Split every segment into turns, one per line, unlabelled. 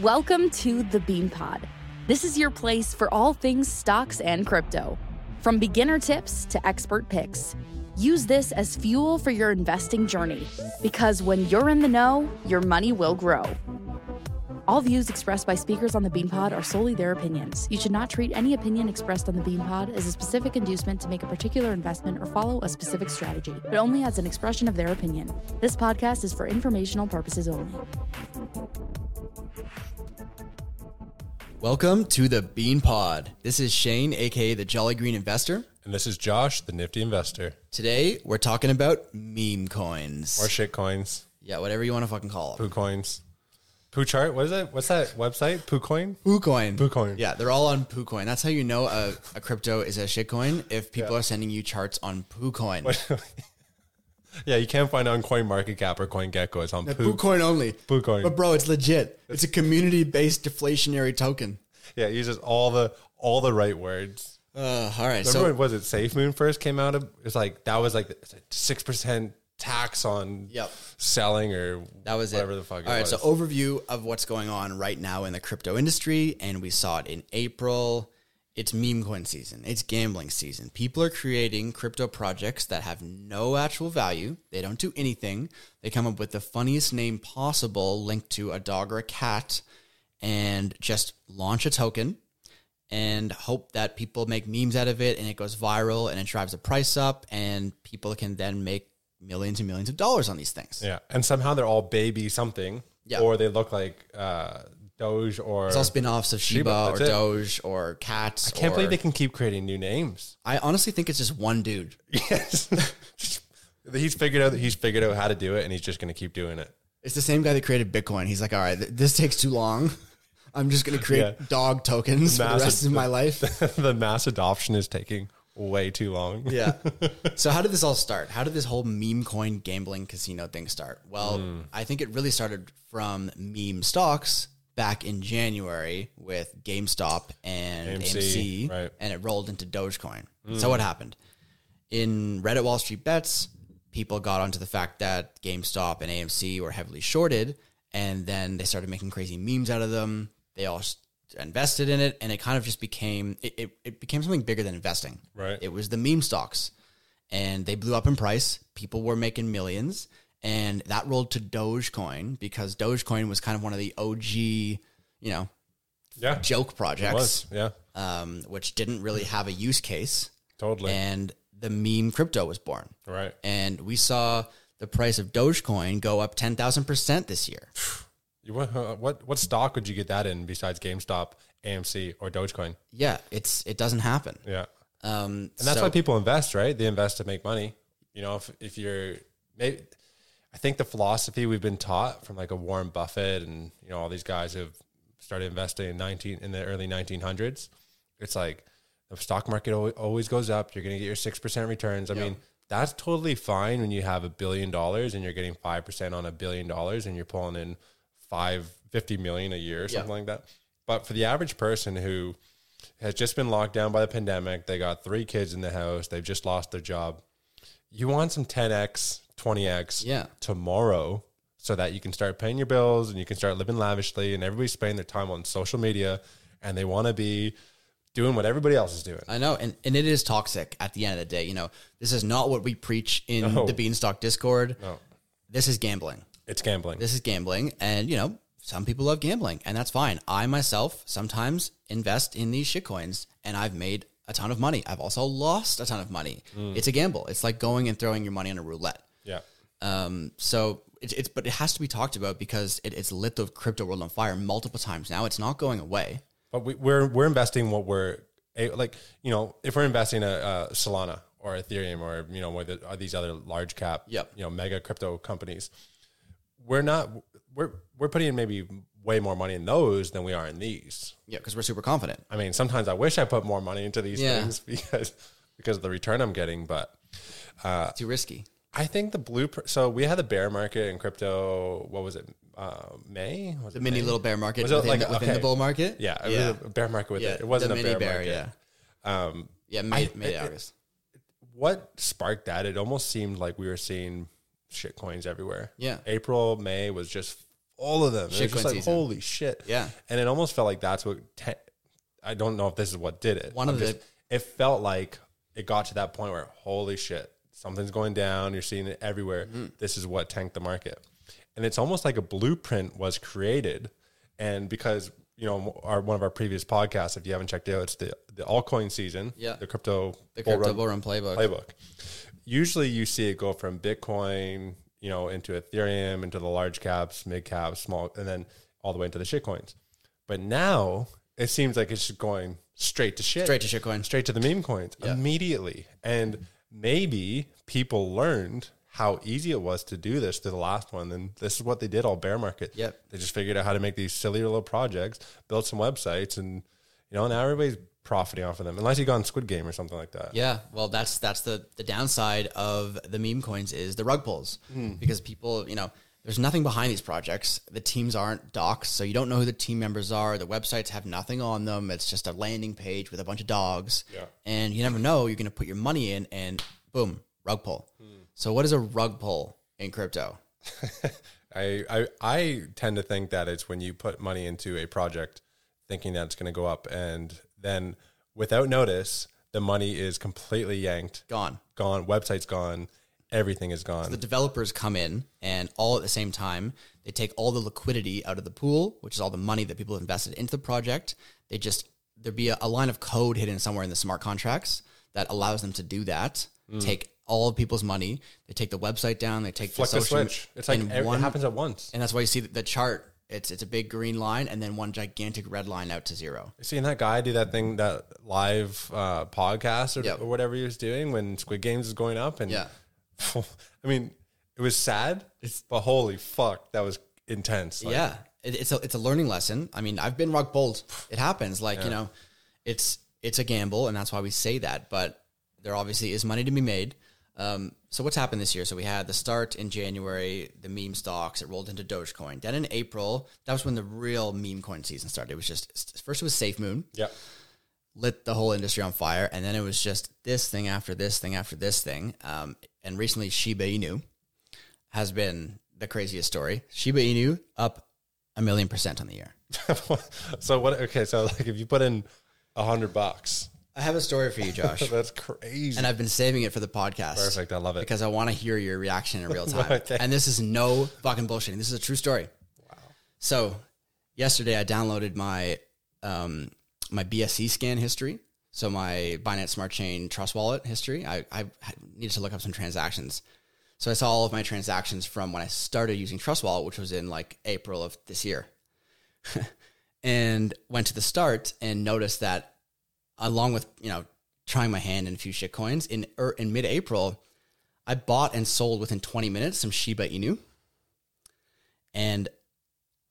Welcome to the Bean Pod. This is your place for all things stocks and crypto. From beginner tips to expert picks, use this as fuel for your investing journey because when you're in the know, your money will grow. All views expressed by speakers on the Bean Pod are solely their opinions. You should not treat any opinion expressed on the Bean Pod as a specific inducement to make a particular investment or follow a specific strategy, but only as an expression of their opinion. This podcast is for informational purposes only.
Welcome to the Bean Pod. This is Shane, aka the Jolly Green Investor.
And this is Josh, the Nifty Investor,
Today we're talking about meme coins.
or shit coins,
yeah, whatever you want to fucking call them.
poo coins, poo chart. What is that? What's that website? Poo coin.
Poo coin.
Poo coin.
Yeah, they're all on Poo coin. That's how you know a, a crypto is a shit coin if people are sending you charts on Poo coin.
Yeah, you can't find it on Coin Market Cap or Coin Gecko. It's on poo.
Poo coin only.
Poo coin.
But bro, it's legit. It's a community based deflationary token.
Yeah, it uses all the all the right words.
Uh, all right.
Remember
So
when was it Safe Moon first came out? Of, it's like that was like six percent tax on
Yep.
selling or
That was
whatever
it.
the fuck.
All
it
right,
was.
so overview of what's going on right now in the crypto industry, and we saw it in April. It's meme coin season. It's gambling season. People are creating crypto projects that have no actual value. They don't do anything. They come up with the funniest name possible, linked to a dog or a cat, and just launch a token and hope that people make memes out of it and it goes viral and it drives the price up and people can then make millions and millions of dollars on these things.
yeah, and somehow they're all baby something,
Yeah.
or they look like uh, Doge or.
It's all spin-offs of Shiba,
Shiba,
or
that's it.
Doge or Cats.
I can't
or-
believe they can keep creating new names.
I honestly think it's just one dude.
Yes. he's figured out he's figured out how to do it and he's just going to keep doing it.
It's the same guy that created Bitcoin. He's like, all right, th- this takes too long. I'm just going to create
Yeah.
dog tokens for the
Massive-
rest of my life.
the mass adoption is taking way too long.
yeah. So how did this all start? How did this whole meme coin gambling casino thing start? Well,
Hmm.
I think it really started from meme stocks back in January with GameStop and AMC,
AMC, right. Hmm.
and it rolled into Dogecoin. So what happened? In Reddit Wall Street Bets, people got onto the fact that GameStop and AMC were heavily shorted, and then they started making crazy memes out of them. They all s- invested in it, and it kind of just became it, it, it became something bigger than investing.
Right.
It was the meme stocks, and they blew up in price. People were making millions, and that rolled to Dogecoin because Dogecoin was kind of one of the OG, you know,
Yeah.
joke
It
projects,
was. Yeah.
um, which didn't really have a use case,
Totally.
and the meme crypto was born.
right.
And we saw the price of Dogecoin go up ten thousand percent this year.
You- What, uh, what what stock would you get that in besides GameStop, AMC, or Dogecoin?
Yeah, it's it doesn't happen.
Yeah.
Um,
And that's why people invest, right? They invest to make money. You know, if if you're maybe I think the philosophy we've been taught from like a Warren Buffett and you know all these guys who've started investing in nineteen in the early nineteen hundreds, it's like the stock market al- always goes up. You're going to get your six percent returns. I mean, that's totally fine when you have a billion dollars and you're getting five percent on a billion dollars and you're pulling in five fifty million a year or something like that. But for the average person who has just been locked down by the pandemic, they got three kids in the house, they've just lost their job. You want some 10x, 20x
Yeah.
tomorrow so that you can start paying your bills and you can start living lavishly and everybody's spending their time on social media and they want to be doing what everybody else is doing.
I know, and, and it is toxic at the end of the day. You know, this is not what we preach in
No.
the Beanstalk Discord.
No.
This is gambling.
It's gambling.
This is gambling. And, you know, some people love gambling, and that's fine. I myself sometimes invest in these shitcoins, and I've made a ton of money. I've also lost a ton of money.
Hmm.
It's a gamble. It's like going and throwing your money on a roulette.
yeah.
Um, so it's, it's but it has to be talked about because it, it's lit the crypto world on fire multiple times now. It's not going away.
But we, we're we're investing what we're a- like. You know, if we're investing a, uh Solana or Ethereum or you know one of the, uh, these other large cap,
Yep.
you know, mega crypto companies, we're not we're we're putting in maybe way more money in those than we are in these.
Yeah, because we're super confident.
I mean, sometimes I wish I put more money into these
Yeah.
things because because of the return I'm getting, but.
It's too risky.
I think the blueprint. So we had the bear market in crypto. What was it? Uh, May was
The
it
mini
May?
little bear market
Was it
within,
like-
the, within the
okay.
bull market.
Yeah, it
yeah,
was a bear market with
yeah.
it. It wasn't
the
a
mini
bear,
bear.
market.
yeah,
Um,
yeah, May,
I-
May
it-
August.
what sparked that? It almost seemed like we were seeing shit coins everywhere.
Yeah.
April, May was just all of them. It
Shit
was just
coin
like,
season.
holy shit.
Yeah.
And it almost felt like that's what, te- I don't know if this is what did it.
One of
just-
the-
it felt like it got to that point where, holy shit, something's going down. You're seeing it everywhere.
Mm-hmm.
This is what tanked the market. And it's almost like a blueprint was created. And because, you know, our one of our previous podcasts, if you haven't checked it out, it's the, the altcoin season,
Yeah.
the crypto,
The
bull
crypto
run-
bull run playbook.
playbook. Usually you see it go from Bitcoin, you know, into Ethereum, into the large caps, mid caps, small, and then all the way into the shit coins. But now it seems like it's just going straight to shit.
Straight to shitcoin.
Straight to the meme coins immediately. And maybe people learned how easy it was to do this to the last one. And this is what they did all bear market.
Yep.
They just figured out how to make these silly little projects, build some websites, and you know, now everybody's profiting off of them. Unless you go on Squid Game or something like that.
Yeah, well, that's that's the the downside of the meme coins is the rug pulls because people, you know, there's nothing behind these projects. The teams aren't docs, so you don't know who the team members are. The websites have nothing on them. It's just a landing page with a bunch of dogs,
Yeah.
and you never know you're going to put your money in, and boom, rug pull. So, what is a rug pull in crypto?
I, I I tend to think that it's when you put money into a project thinking that it's going to go up and then without notice the money is completely yanked
Gone.
gone website's gone everything is gone
the developers come in and all at the same time they take all the liquidity out of the pool which is all the money that people have invested into the project they just there'd be a, a line of code hidden somewhere in the smart contracts that allows them to do that
Hmm.
take all of people's money they take the website down they take
flick
the
the
social
switch it's like
in
every,
one-
it happens at once
and that's why you see the, the chart it's it's a big green line and then one gigantic red line out to zero
seeing that guy do that thing that live uh, podcast or,
Yep.
or whatever he was doing when Squid Games was going up and
Yeah.
I mean it was sad but holy fuck that was intense Like,
yeah, it, it's a it's a learning lesson. I mean, I've been rock bold. It happens. Like you know, it's it's a gamble, and that's why we say that. But there obviously is money to be made. Um, so what's happened this year? So we had the start in January, the meme stocks. It rolled into Dogecoin. Then in April, that was when the real meme coin season started. It was just first it was SafeMoon
yeah
lit the whole industry on fire, and then it was just this thing after this thing after this thing. Um, and recently, Shiba Inu has been the craziest story. Shiba Inu up a million percent on the year.
so what? Okay, so like if you put in a hundred bucks,
I have a story for you, Josh,
that's crazy.
and I've been saving it for the podcast.
Perfect, I love it.
because I want to hear your reaction in real time.
Okay.
And this is no fucking bullshitting. This is a true story. Wow. So yesterday, I downloaded my um, my BSC scan history. So my Binance Smart Chain Trust Wallet history. I, I had- needed to look up some transactions. So I saw all of my transactions from when I started using Trust Wallet, which was in like April of this year, and went to the start and noticed that, along with you know trying my hand in a few shit coins in er, in mid April, I bought and sold within 20 minutes some Shiba Inu, and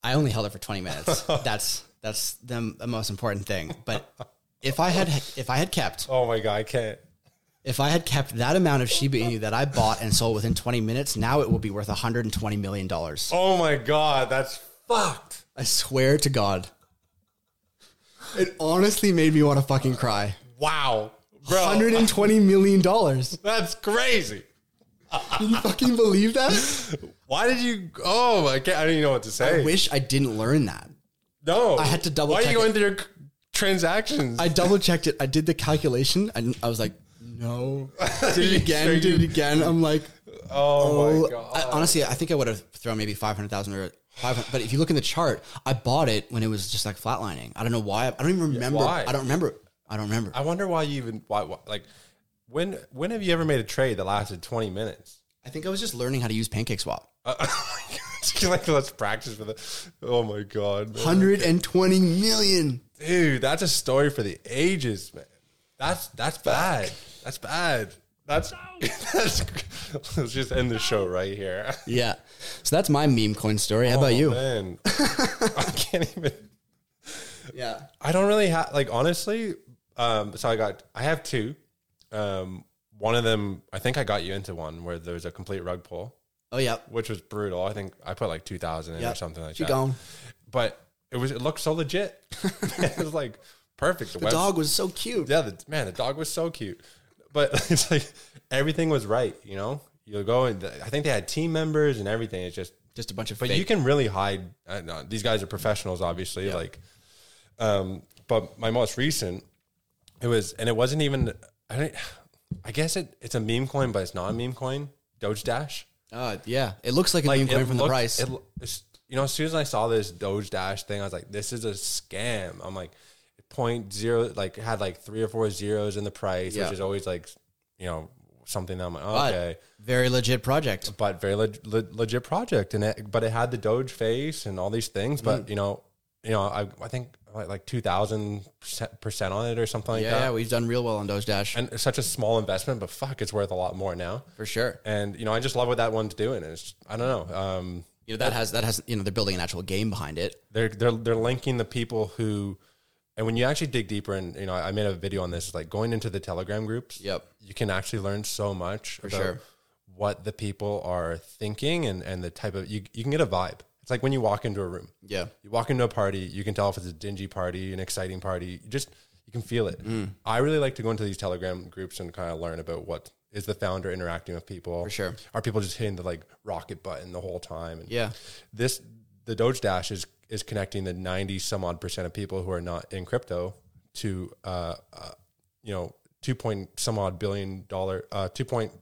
I only held it for 20 minutes. that's that's the, the most important thing. But if I had if I had kept
oh my god, I can't.
if I had kept that amount of Shiba Inu that I bought and sold within 20 minutes, now it would be worth 120 million dollars.
Oh my god, that's fucked.
I swear to God, it honestly made me want to fucking cry.
Wow, bro,
120 million dollars.
that's crazy.
Can you fucking believe that?
Why did you? Oh, I can't. I don't even know what to say.
I wish I didn't learn that.
no, I
had to double
Why are
check
you going through your c- transactions?
I double checked it. I did the calculation, and I was like, "No, did
You
it
sure
again,
you-
did it again." I'm like,
oh,
"Oh,
my god.
I, honestly, I think I would have thrown maybe five hundred thousand or five hundred. But if you look in the chart, I bought it when it was just like flatlining. I don't know why. I don't even remember.
why?
I don't remember. I don't remember.
I wonder why you even why, why like when when have you ever made a trade that lasted twenty minutes?
I think I was just learning how to use Pancake Swap.
Uh, like let's practice for the. Oh my god, man.
Hundred and twenty million.
dude, that's a story for the ages, man. That's that's bad. That's bad. That's that's. Let's just end the show right here.
Yeah. So that's my meme coin story. How about
Oh,
you?
man. I can't even.
Yeah.
I don't really have like honestly. Um, so I got I have two. Um, one of them I think I got you into one where there was a complete rug pull,
Oh yeah.
which was brutal. I think I put like two thousand in
Yeah.
or something like
She
that.
gone.
But it was it looked so legit. it was like perfect. The, web-
Dog was so cute.
yeah, the, man, the dog was so cute. But it's like everything was right, you know. You'll go and I think they had team members and everything. It's just
just a bunch of
But
fake.
you can really hide. I don't know, these guys are professionals, obviously. Like, um, but my most recent, it was, and it wasn't even. I don't. I guess it, it's a meme coin, but it's not a meme coin. Doge Dash.
uh, yeah, it looks like a meme
Like,
coin
it
from the
looked-
price.
it l- it's- you know, as soon as I saw this Doge Dash thing, I was like, "This is a scam." I'm like, point zero, like had like three or four zeros in the price,
Yeah.
which is always like, you know, something that I'm like,
but
okay,
very legit project.
but very leg- le- legit project and it but it had the doge face and all these things
Mm.
but you know you know i, I think like, like 2000 percent on it or something like
Yeah,
that
yeah, we've done real well on Doge Dash
and it's such a small investment but fuck it's worth a lot more now
for sure.
and you know i just love what that one's doing and it's i don't know um
You know that has that has you know they're building an actual game behind it.
they're they're they're linking the people who and when you actually dig deeper and you know i made a video on this like going into the telegram groups
Yep.
you can actually learn so much about
sure.
what the people are thinking and and the type of you, you can get a vibe it's like when you walk into a room
Yeah,
you walk into a party you can tell if it's a dingy party an exciting party you just you can feel it
Mm-hmm.
i really like to go into these telegram groups and kind of learn about what is the founder interacting with people for
sure.
are people just hitting the like rocket button the whole time and
yeah,
this the Doge Dash is is connecting the ninety some odd percent of people who are not in crypto to uh, uh you know two point some odd billion dollar uh two point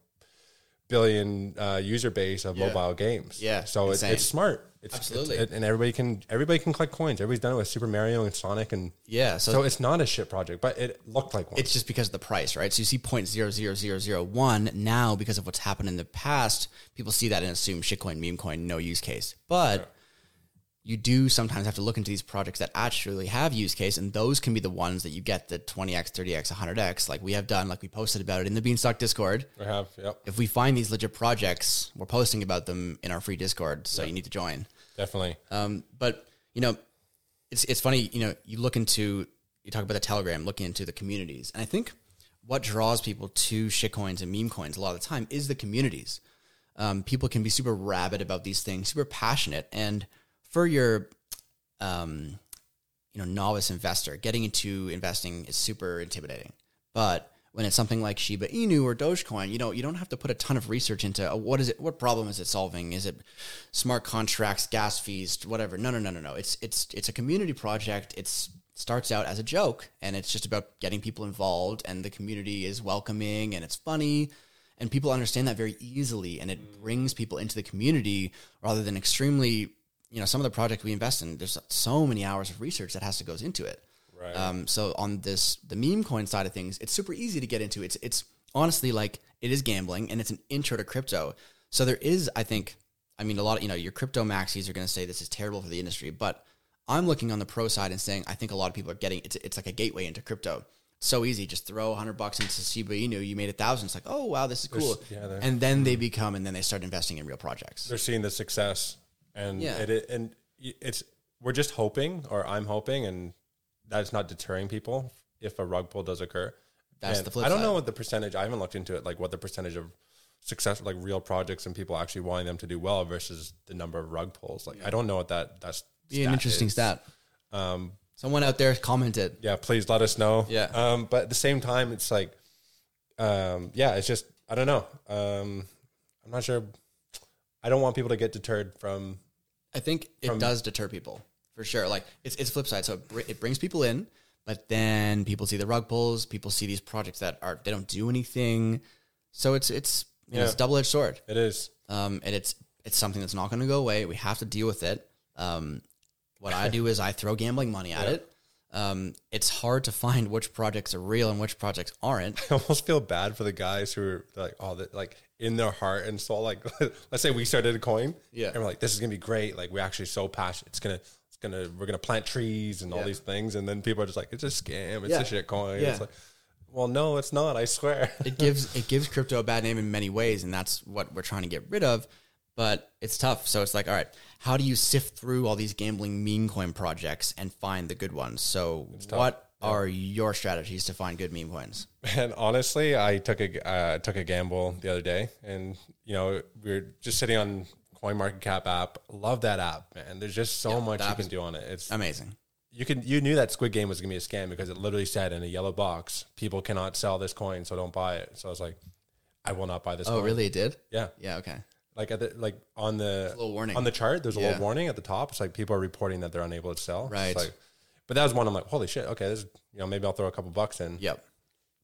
billion uh, user base of mobile games.
Yeah,
so it,
insane.
it's smart. It's,
Absolutely.
it's- and everybody can everybody can collect coins. Everybody's done it with Super Mario and Sonic, and
yeah. So,
so it's not a shit project, but it looked like one.
it's just because of the price, right? So you see point zero zero zero zero one now because of what's happened in the past. People see that and assume shitcoin, meme coin, no use case. But you do sometimes have to look into these projects that actually have use case, and those can be the ones that you get the twenty x, thirty x, hundred x, like we have done, like we posted about it in the Beanstalk Discord.
I have yep
If we find these legit projects, we're posting about them in our free Discord, so you need to join.
definitely
Um, but you know, it's it's funny. You know, you look into you talk about the Telegram, looking into the communities, and I think what draws people to shitcoins and meme coins a lot of the time is the communities. Um, people can be super rabid about these things, super passionate, and for your um, you know novice investor getting into investing is super intimidating but when it's something like Shiba Inu or Dogecoin, you know you don't have to put a ton of research into uh, what is it, what problem is it solving? Is it smart contracts, gas fees, whatever? No, no, no, no, no. It's it's it's a community project. It's starts out as a joke, and it's just about getting people involved, and the community is welcoming, and it's funny, and people understand that very easily, and it brings people into the community rather than extremely you know some of the projects we invest in there's so many hours of research that has to goes into it
Right.
um, so on this the meme coin side of things it's super easy to get into it's it's honestly like it is gambling and it's an intro to crypto so there is i think i mean a lot of you know your crypto maxis are going to say this is terrible for the industry but i'm looking on the pro side and saying i think a lot of people are getting it's, it's like a gateway into crypto so easy just throw 100 bucks into shiba inu you made a thousand it's like oh wow this is cool
yeah, there- Mm-hmm.
and then they become and then they start investing in real projects
they're seeing the success and
Yeah.
it, it- and y- it's we're just hoping or i'm hoping and that's not deterring people if a rug pull does occur
That's
And
the flip
i don't
side.
know what the percentage i haven't looked into it like what the percentage of success like real projects and people actually wanting them to do well versus the number of rug pulls like i don't know what that that's
be an interesting
is. um,
stat. Someone out there commented.
yeah please let us know
Yeah.
um but at the same time it's like um yeah it's just i don't know um i'm not sure i don't want people to get deterred from
I think it does deter people for sure. Like it's it's flip side. So it, br- it brings people in, but then people see the rug pulls. People see these projects that are they don't do anything. So it's it's you know, it's
Yeah.
double edged sword.
it is
Um, and it's it's something that's not going to go away. We have to deal with it. Um, what I do is I throw gambling money at it. Um, it's hard to find which projects are real and which projects aren't.
I almost feel bad for the guys who are like, oh, that like in their heart and soul. Like, let's say we started a coin,
Yeah.
and we're like, this is gonna be great. Like, we're actually so passionate. It's gonna, it's gonna, we're gonna plant trees and all
Yeah.
these things, and then people are just like, it's a scam. It's
Yeah.
a shit coin.
Yeah.
It's like, well, no, it's not. I swear.
it gives it gives crypto a bad name in many ways, and that's what we're trying to get rid of. But it's tough. So it's like, all right, how do you sift through all these gambling meme coin projects and find the good ones? So what are your strategies to find good meme coins?
And honestly, I took a uh, took a gamble the other day, and you know we were just sitting on CoinMarketCap app. Love that app, man. There's just so much you can do on it. It's
Amazing.
you can you knew that Squid Game was gonna be a scam because it literally said in a yellow box, people cannot sell this coin, so don't buy it. So I was like, I will not buy this
Oh,
coin.
really? It did?
Yeah.
Yeah. Okay.
like at the like on the
little warning.
on the chart. There's a
Yeah.
little warning at the top. It's like people are reporting that they're unable to sell. It's
Right.
like- but that was one. I'm like, holy shit. Okay, this is, you know maybe I'll throw a couple bucks in.
Yep.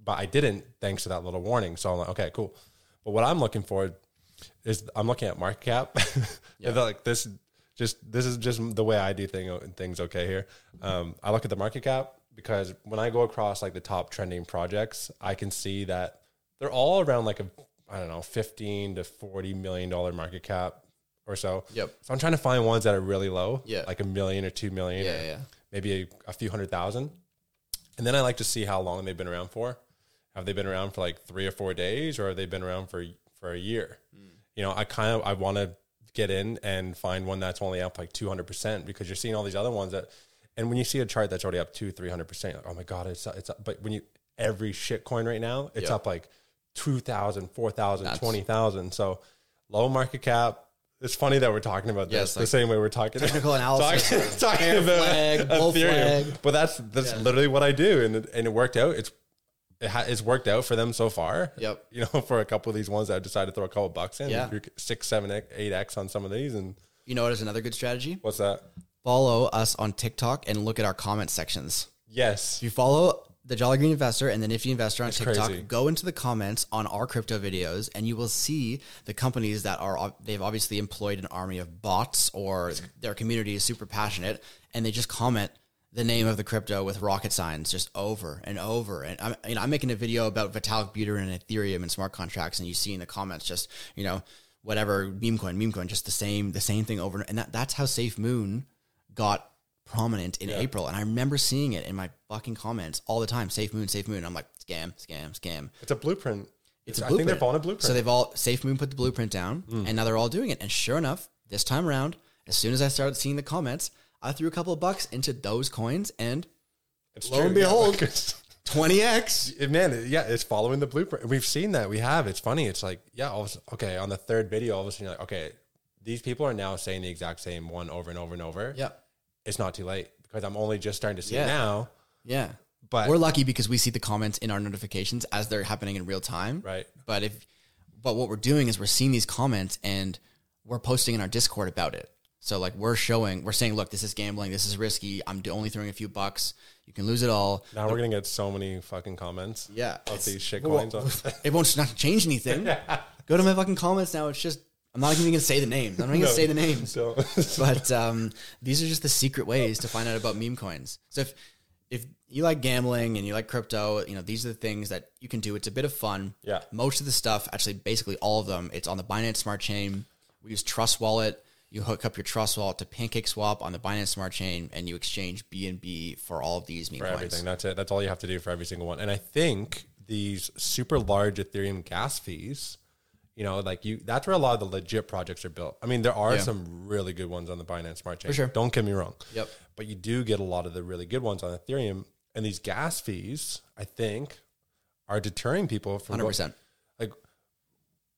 But I didn't thanks to that little warning. So I'm like, okay, cool. But what I'm looking for is I'm looking at market cap. I feel like this just this is just the way I do thing, things. Okay, here um, I look at the market cap because when I go across like the top trending projects, I can see that they're all around like a I don't know 15 to 40 million dollar market cap or so.
Yep.
So I'm trying to find ones that are really low.
Yeah.
Like a million or two million.
Yeah,
or
yeah.
Maybe a, a few hundred thousand. And then I like to see how long they've been around for. Have they been around for like three or four days, or have they been around for for a year? You know, I kind of I want to get in and find one that's only up like two hundred percent because you're seeing all these other ones that, and when you see a chart that's already up two three hundred percent, like oh my god, it's it's up. But when you every shit coin right now, it's
Yeah.
up like 2,000, 4,000, 20,000. So low market cap. It's funny that we're talking about
Yeah,
this
it's
the
like
same way we're talking
technical analysis or
talking, talking
hair
about
flag, bull
Ethereum.
flag.
But that's that's literally what I do, and it, and it worked out. It's it ha- it's worked out for them so far.
Yep.
You know, for a couple of these ones, I decided to throw a couple bucks in.
Yeah.
You're six, seven, eight- eight x on some of these, and
You know what is another good strategy?
what's that?
Follow us on TikTok and look at our comment sections.
Yes.
If you follow the Jolly Green Investor and the Nifty Investor on TikTok,
crazy.
go into the comments on our crypto videos, and you will see the companies that are they've obviously employed an army of bots, or their community is super passionate, and they just comment the name of the crypto with rocket signs just over and over. And I'm, you know, I'm making a video about Vitalik Buterin and Ethereum and smart contracts, and you see in the comments just you know whatever meme coin, meme coin, just the same the same thing over, and that, that's how Safe Moon got prominent in April, and I remember seeing it in my fucking comments all the time. Safe Moon, Safe Moon. I'm like scam, scam, scam.
It's a blueprint.
It's a
I think
blueprint.
they're following a blueprint. Hmm.
So they've all Safe Moon put the blueprint down, and now they're all doing it. And sure enough, this time around, as soon as I started seeing the comments, I threw a couple of bucks into those coins, and
it's
lo and
true, yeah.
behold.
20x It- man it- yeah it's following the blueprint we've seen that we have it's funny it's like yeah all of a sudden- okay on the third video all of a sudden you're like okay these people are now saying the exact same one over and over and over
yeah,
it's not too late because i'm only just starting to see
Yeah.
it now
yeah.
But-
we're lucky because we see the comments in our notifications as they're happening in real time.
Right.
But if, but what we're doing is we're seeing these comments and we're posting in our Discord about it. So like we're showing, we're saying, look, this is gambling. This is risky. I'm d- only throwing a few bucks. You can lose it all.
now we're gonna get so many fucking comments
Yeah.
of
It's-
these shit
well,
coins on-
It won't not change anything. Go to my fucking comments now. It's just I'm not even gonna say the names. I'm not even gonna say the names.
so
But um, these are just the secret ways to find out about meme coins. So if if you like gambling and you like crypto, you know these are the things that you can do. It's a bit of fun.
Yeah.
Most of the stuff, actually, basically all of them, it's on the Binance Smart Chain. We use Trust Wallet. You hook up your Trust Wallet to Pancake Swap on the Binance Smart Chain, and you exchange BNB for all of these meme
for
coins.
everything that's it that's all you have to do for every single one and i think these super large ethereum gas fees you know like you that's where a lot of the legit projects are built i mean there are
Yeah.
some really good ones on the binance smart chain
sure.
don't get me wrong
Yep.
but you do get a lot of the really good ones on ethereum and these gas fees i think are deterring people from
Hundred
going-
percent.
like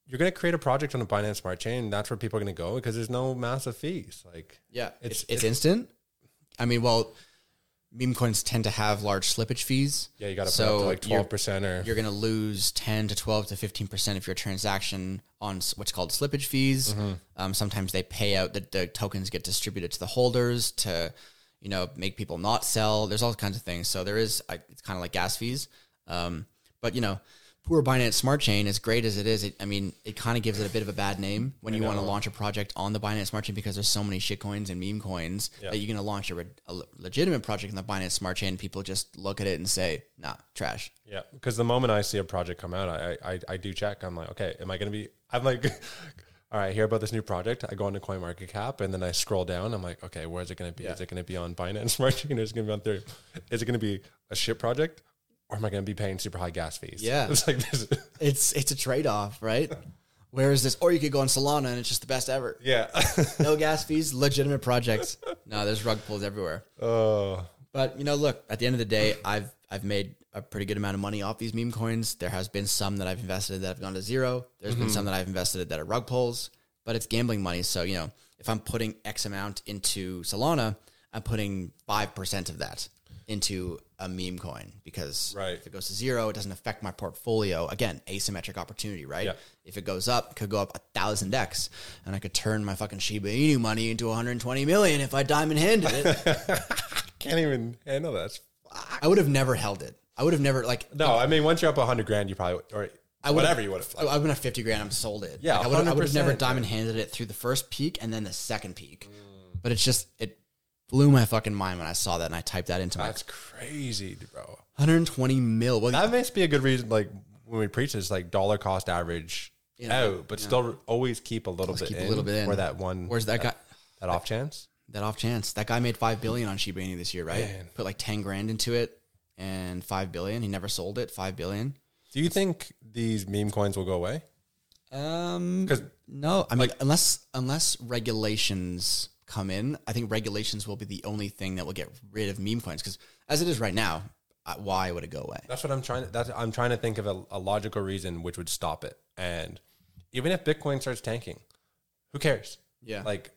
you're going to create a project on the binance smart chain that's where people are going to go because there's no massive fees like
Yeah, it's,
It's-
it's instant. I mean, well, meme coins tend to have large slippage fees.
yeah you got to put up
so
to like
you're-
12% or
You're going to lose ten to twelve to fifteen percent of your transaction on s- what's called slippage fees. Um, sometimes they pay out that the tokens get distributed to the holders to, you know, make people not sell. There's all kinds of things. So there is like, it's kind of like gas fees. Um, but you know, poor Binance Smart Chain, as great as it is, it, I mean, it kind of gives it a bit of a bad name when you want to launch a project on the Binance Smart Chain because there's so many shit coins and meme coins that you're going to launch a, re- a le- legitimate project in the Binance Smart Chain. People just look at it and say, nah, trash.
Yeah, because the moment I see a project come out, I I, I do check. I'm like, okay, am I going to be? I'm like, all right, I hear about this new project. I go onto CoinMarketCap and then I scroll down. I'm like, okay, where is it going to be? Is it going to be on Binance Smart Chain? Is it going to be on Ethereum? Is it going to be a ship project? Or am I going to be paying super high gas fees?
Yeah.
it's like this.
it's it's a trade off, right? Whereas this, or you could go on Solana and it's just the best ever.
Yeah.
No gas fees, legitimate projects. No, there's rug pulls everywhere.
oh,
But you know, look, at the end of the day, I've I've made a pretty good amount of money off these meme coins. There has been some that I've invested in that have gone to zero. There's
Mm-hmm.
been some that I've invested in that are rug pulls, but it's gambling money. So you know, if I'm putting X amount into Solana, I'm putting five percent of that. into a meme coin because
Right.
if it goes to zero, it doesn't affect my portfolio. Again, asymmetric opportunity, right?
Yeah.
If it goes up, it could go up a thousand X, and I could turn my fucking Shiba Inu money into 120 million if I diamond handed it.
Can't even handle that.
I would have never held it. I would have never like
No, I mean once you're up a hundred grand, you probably would- or
I would've-
whatever you would have.
I would have 50 grand. I'm sold it.
Yeah,
Like, I would have, I would have never
100%.
diamond handed it through the first peak and then the second peak. But it's just it blew my fucking mind when I saw that and I typed that into my
That's crazy, bro.
120 mil. Well,
That must be a good reason. Like when we preach this, like dollar cost average out, but still always keep a little bit,
keep
in
a little bit in.
or that one,
Where's that guy?
that off chance.
That off chance. That guy made five billion on Shiba Inu this year, right? Put like 10 grand into it and five billion. He never sold it. Five billion.
Do you think these meme coins will go away?
Um,
Because
no, I mean, unless unless regulations come in, I think regulations will be the only thing that will get rid of meme coins. Because as it is right now, I- why would it go away?
that's what I'm trying. That's I'm trying to think of a, a logical reason which would stop it. And even if Bitcoin starts tanking, who cares?
Yeah.
like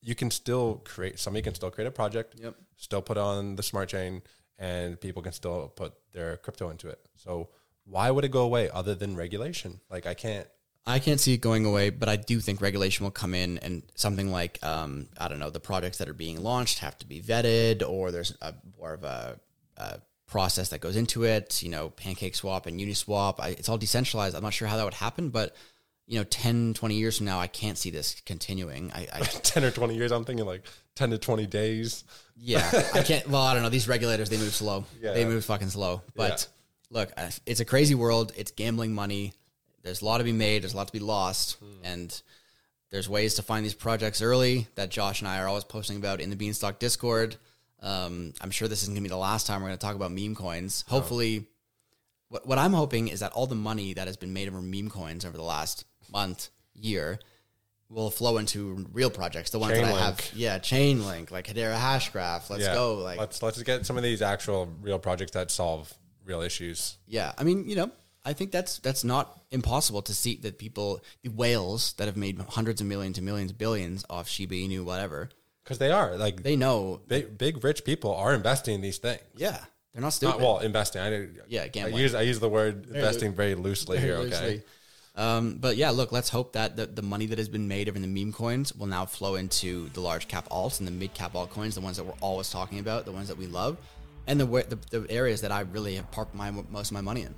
you can still create. Somebody can still create a project.
Yep.
Still put on the smart chain, and people can still put their crypto into it. So why would it go away other than regulation? Like I can't.
I can't see it going away, but I do think regulation will come in and something like um, I don't know the projects that are being launched have to be vetted, or there's a, more of a, a process that goes into it. You know, Pancake Swap and Uniswap, I, it's all decentralized. I'm not sure how that would happen, but you know, 10, 20 years from now, I can't see this continuing. I, I
10 or 20 years, I'm thinking like 10 to 20 days.
Yeah, I can't. Well, I don't know. These regulators, they move slow.
Yeah.
They move fucking slow. But look, I- it's a crazy world. It's gambling money. There's a lot to be made. There's a lot to be lost,
Hmm.
and there's ways to find these projects early that Josh and I are always posting about in the Beanstalk Discord. Um, I'm sure this isn't gonna be the last time we're gonna talk about meme coins. Hopefully, what what I'm hoping is that all the money that has been made over meme coins over the last month, year, will flow into real projects. The ones that I have,
Chainlink.
yeah, Chainlink, like Hedera Hashgraph. Let's go, like
let's, let's get some of these actual real projects that solve real issues.
yeah. I mean, you know, I think that's that's not impossible to see that people, the whales that have made hundreds of millions and millions, billions off Shiba Inu, whatever,
Cause they are like
they know,
big, big rich people are investing in these things.
yeah, they're not
Not
stupid.
well, investing. I didn't,
Yeah,
I
gambling.
use, I use the word investing very loosely here. Okay.
Seriously. Um, but yeah, look, let's hope that the, the money that has been made over the meme coins will now flow into the large cap alts and the mid cap altcoins, the ones that we're always talking about, the ones that we love, and the wa- the, the areas that I really have parked my most of my money in.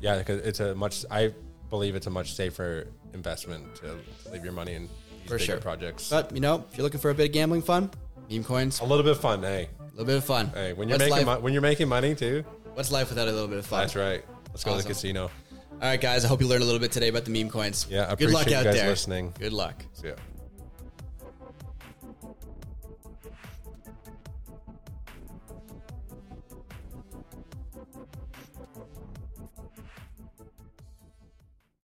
Yeah. Cause it's a much, I believe it's a much safer investment to leave your money in these
For
bigger
sure.
projects.
But you know, if you're looking for a bit of gambling fun, meme coins,
a
a
little bit of fun. Hey,
little bit of fun.
hey, when you're
what's
making,
life,
mo- when you're making money too,
what's life without a little bit of fun?
that's right. Let's go to
Awesome.
the casino.
All right, guys, I hope you learned a little bit today about the meme coins.
Yeah, I
good luck
appreciate you
out
guys
there.
listening.
Good luck.
So, yeah.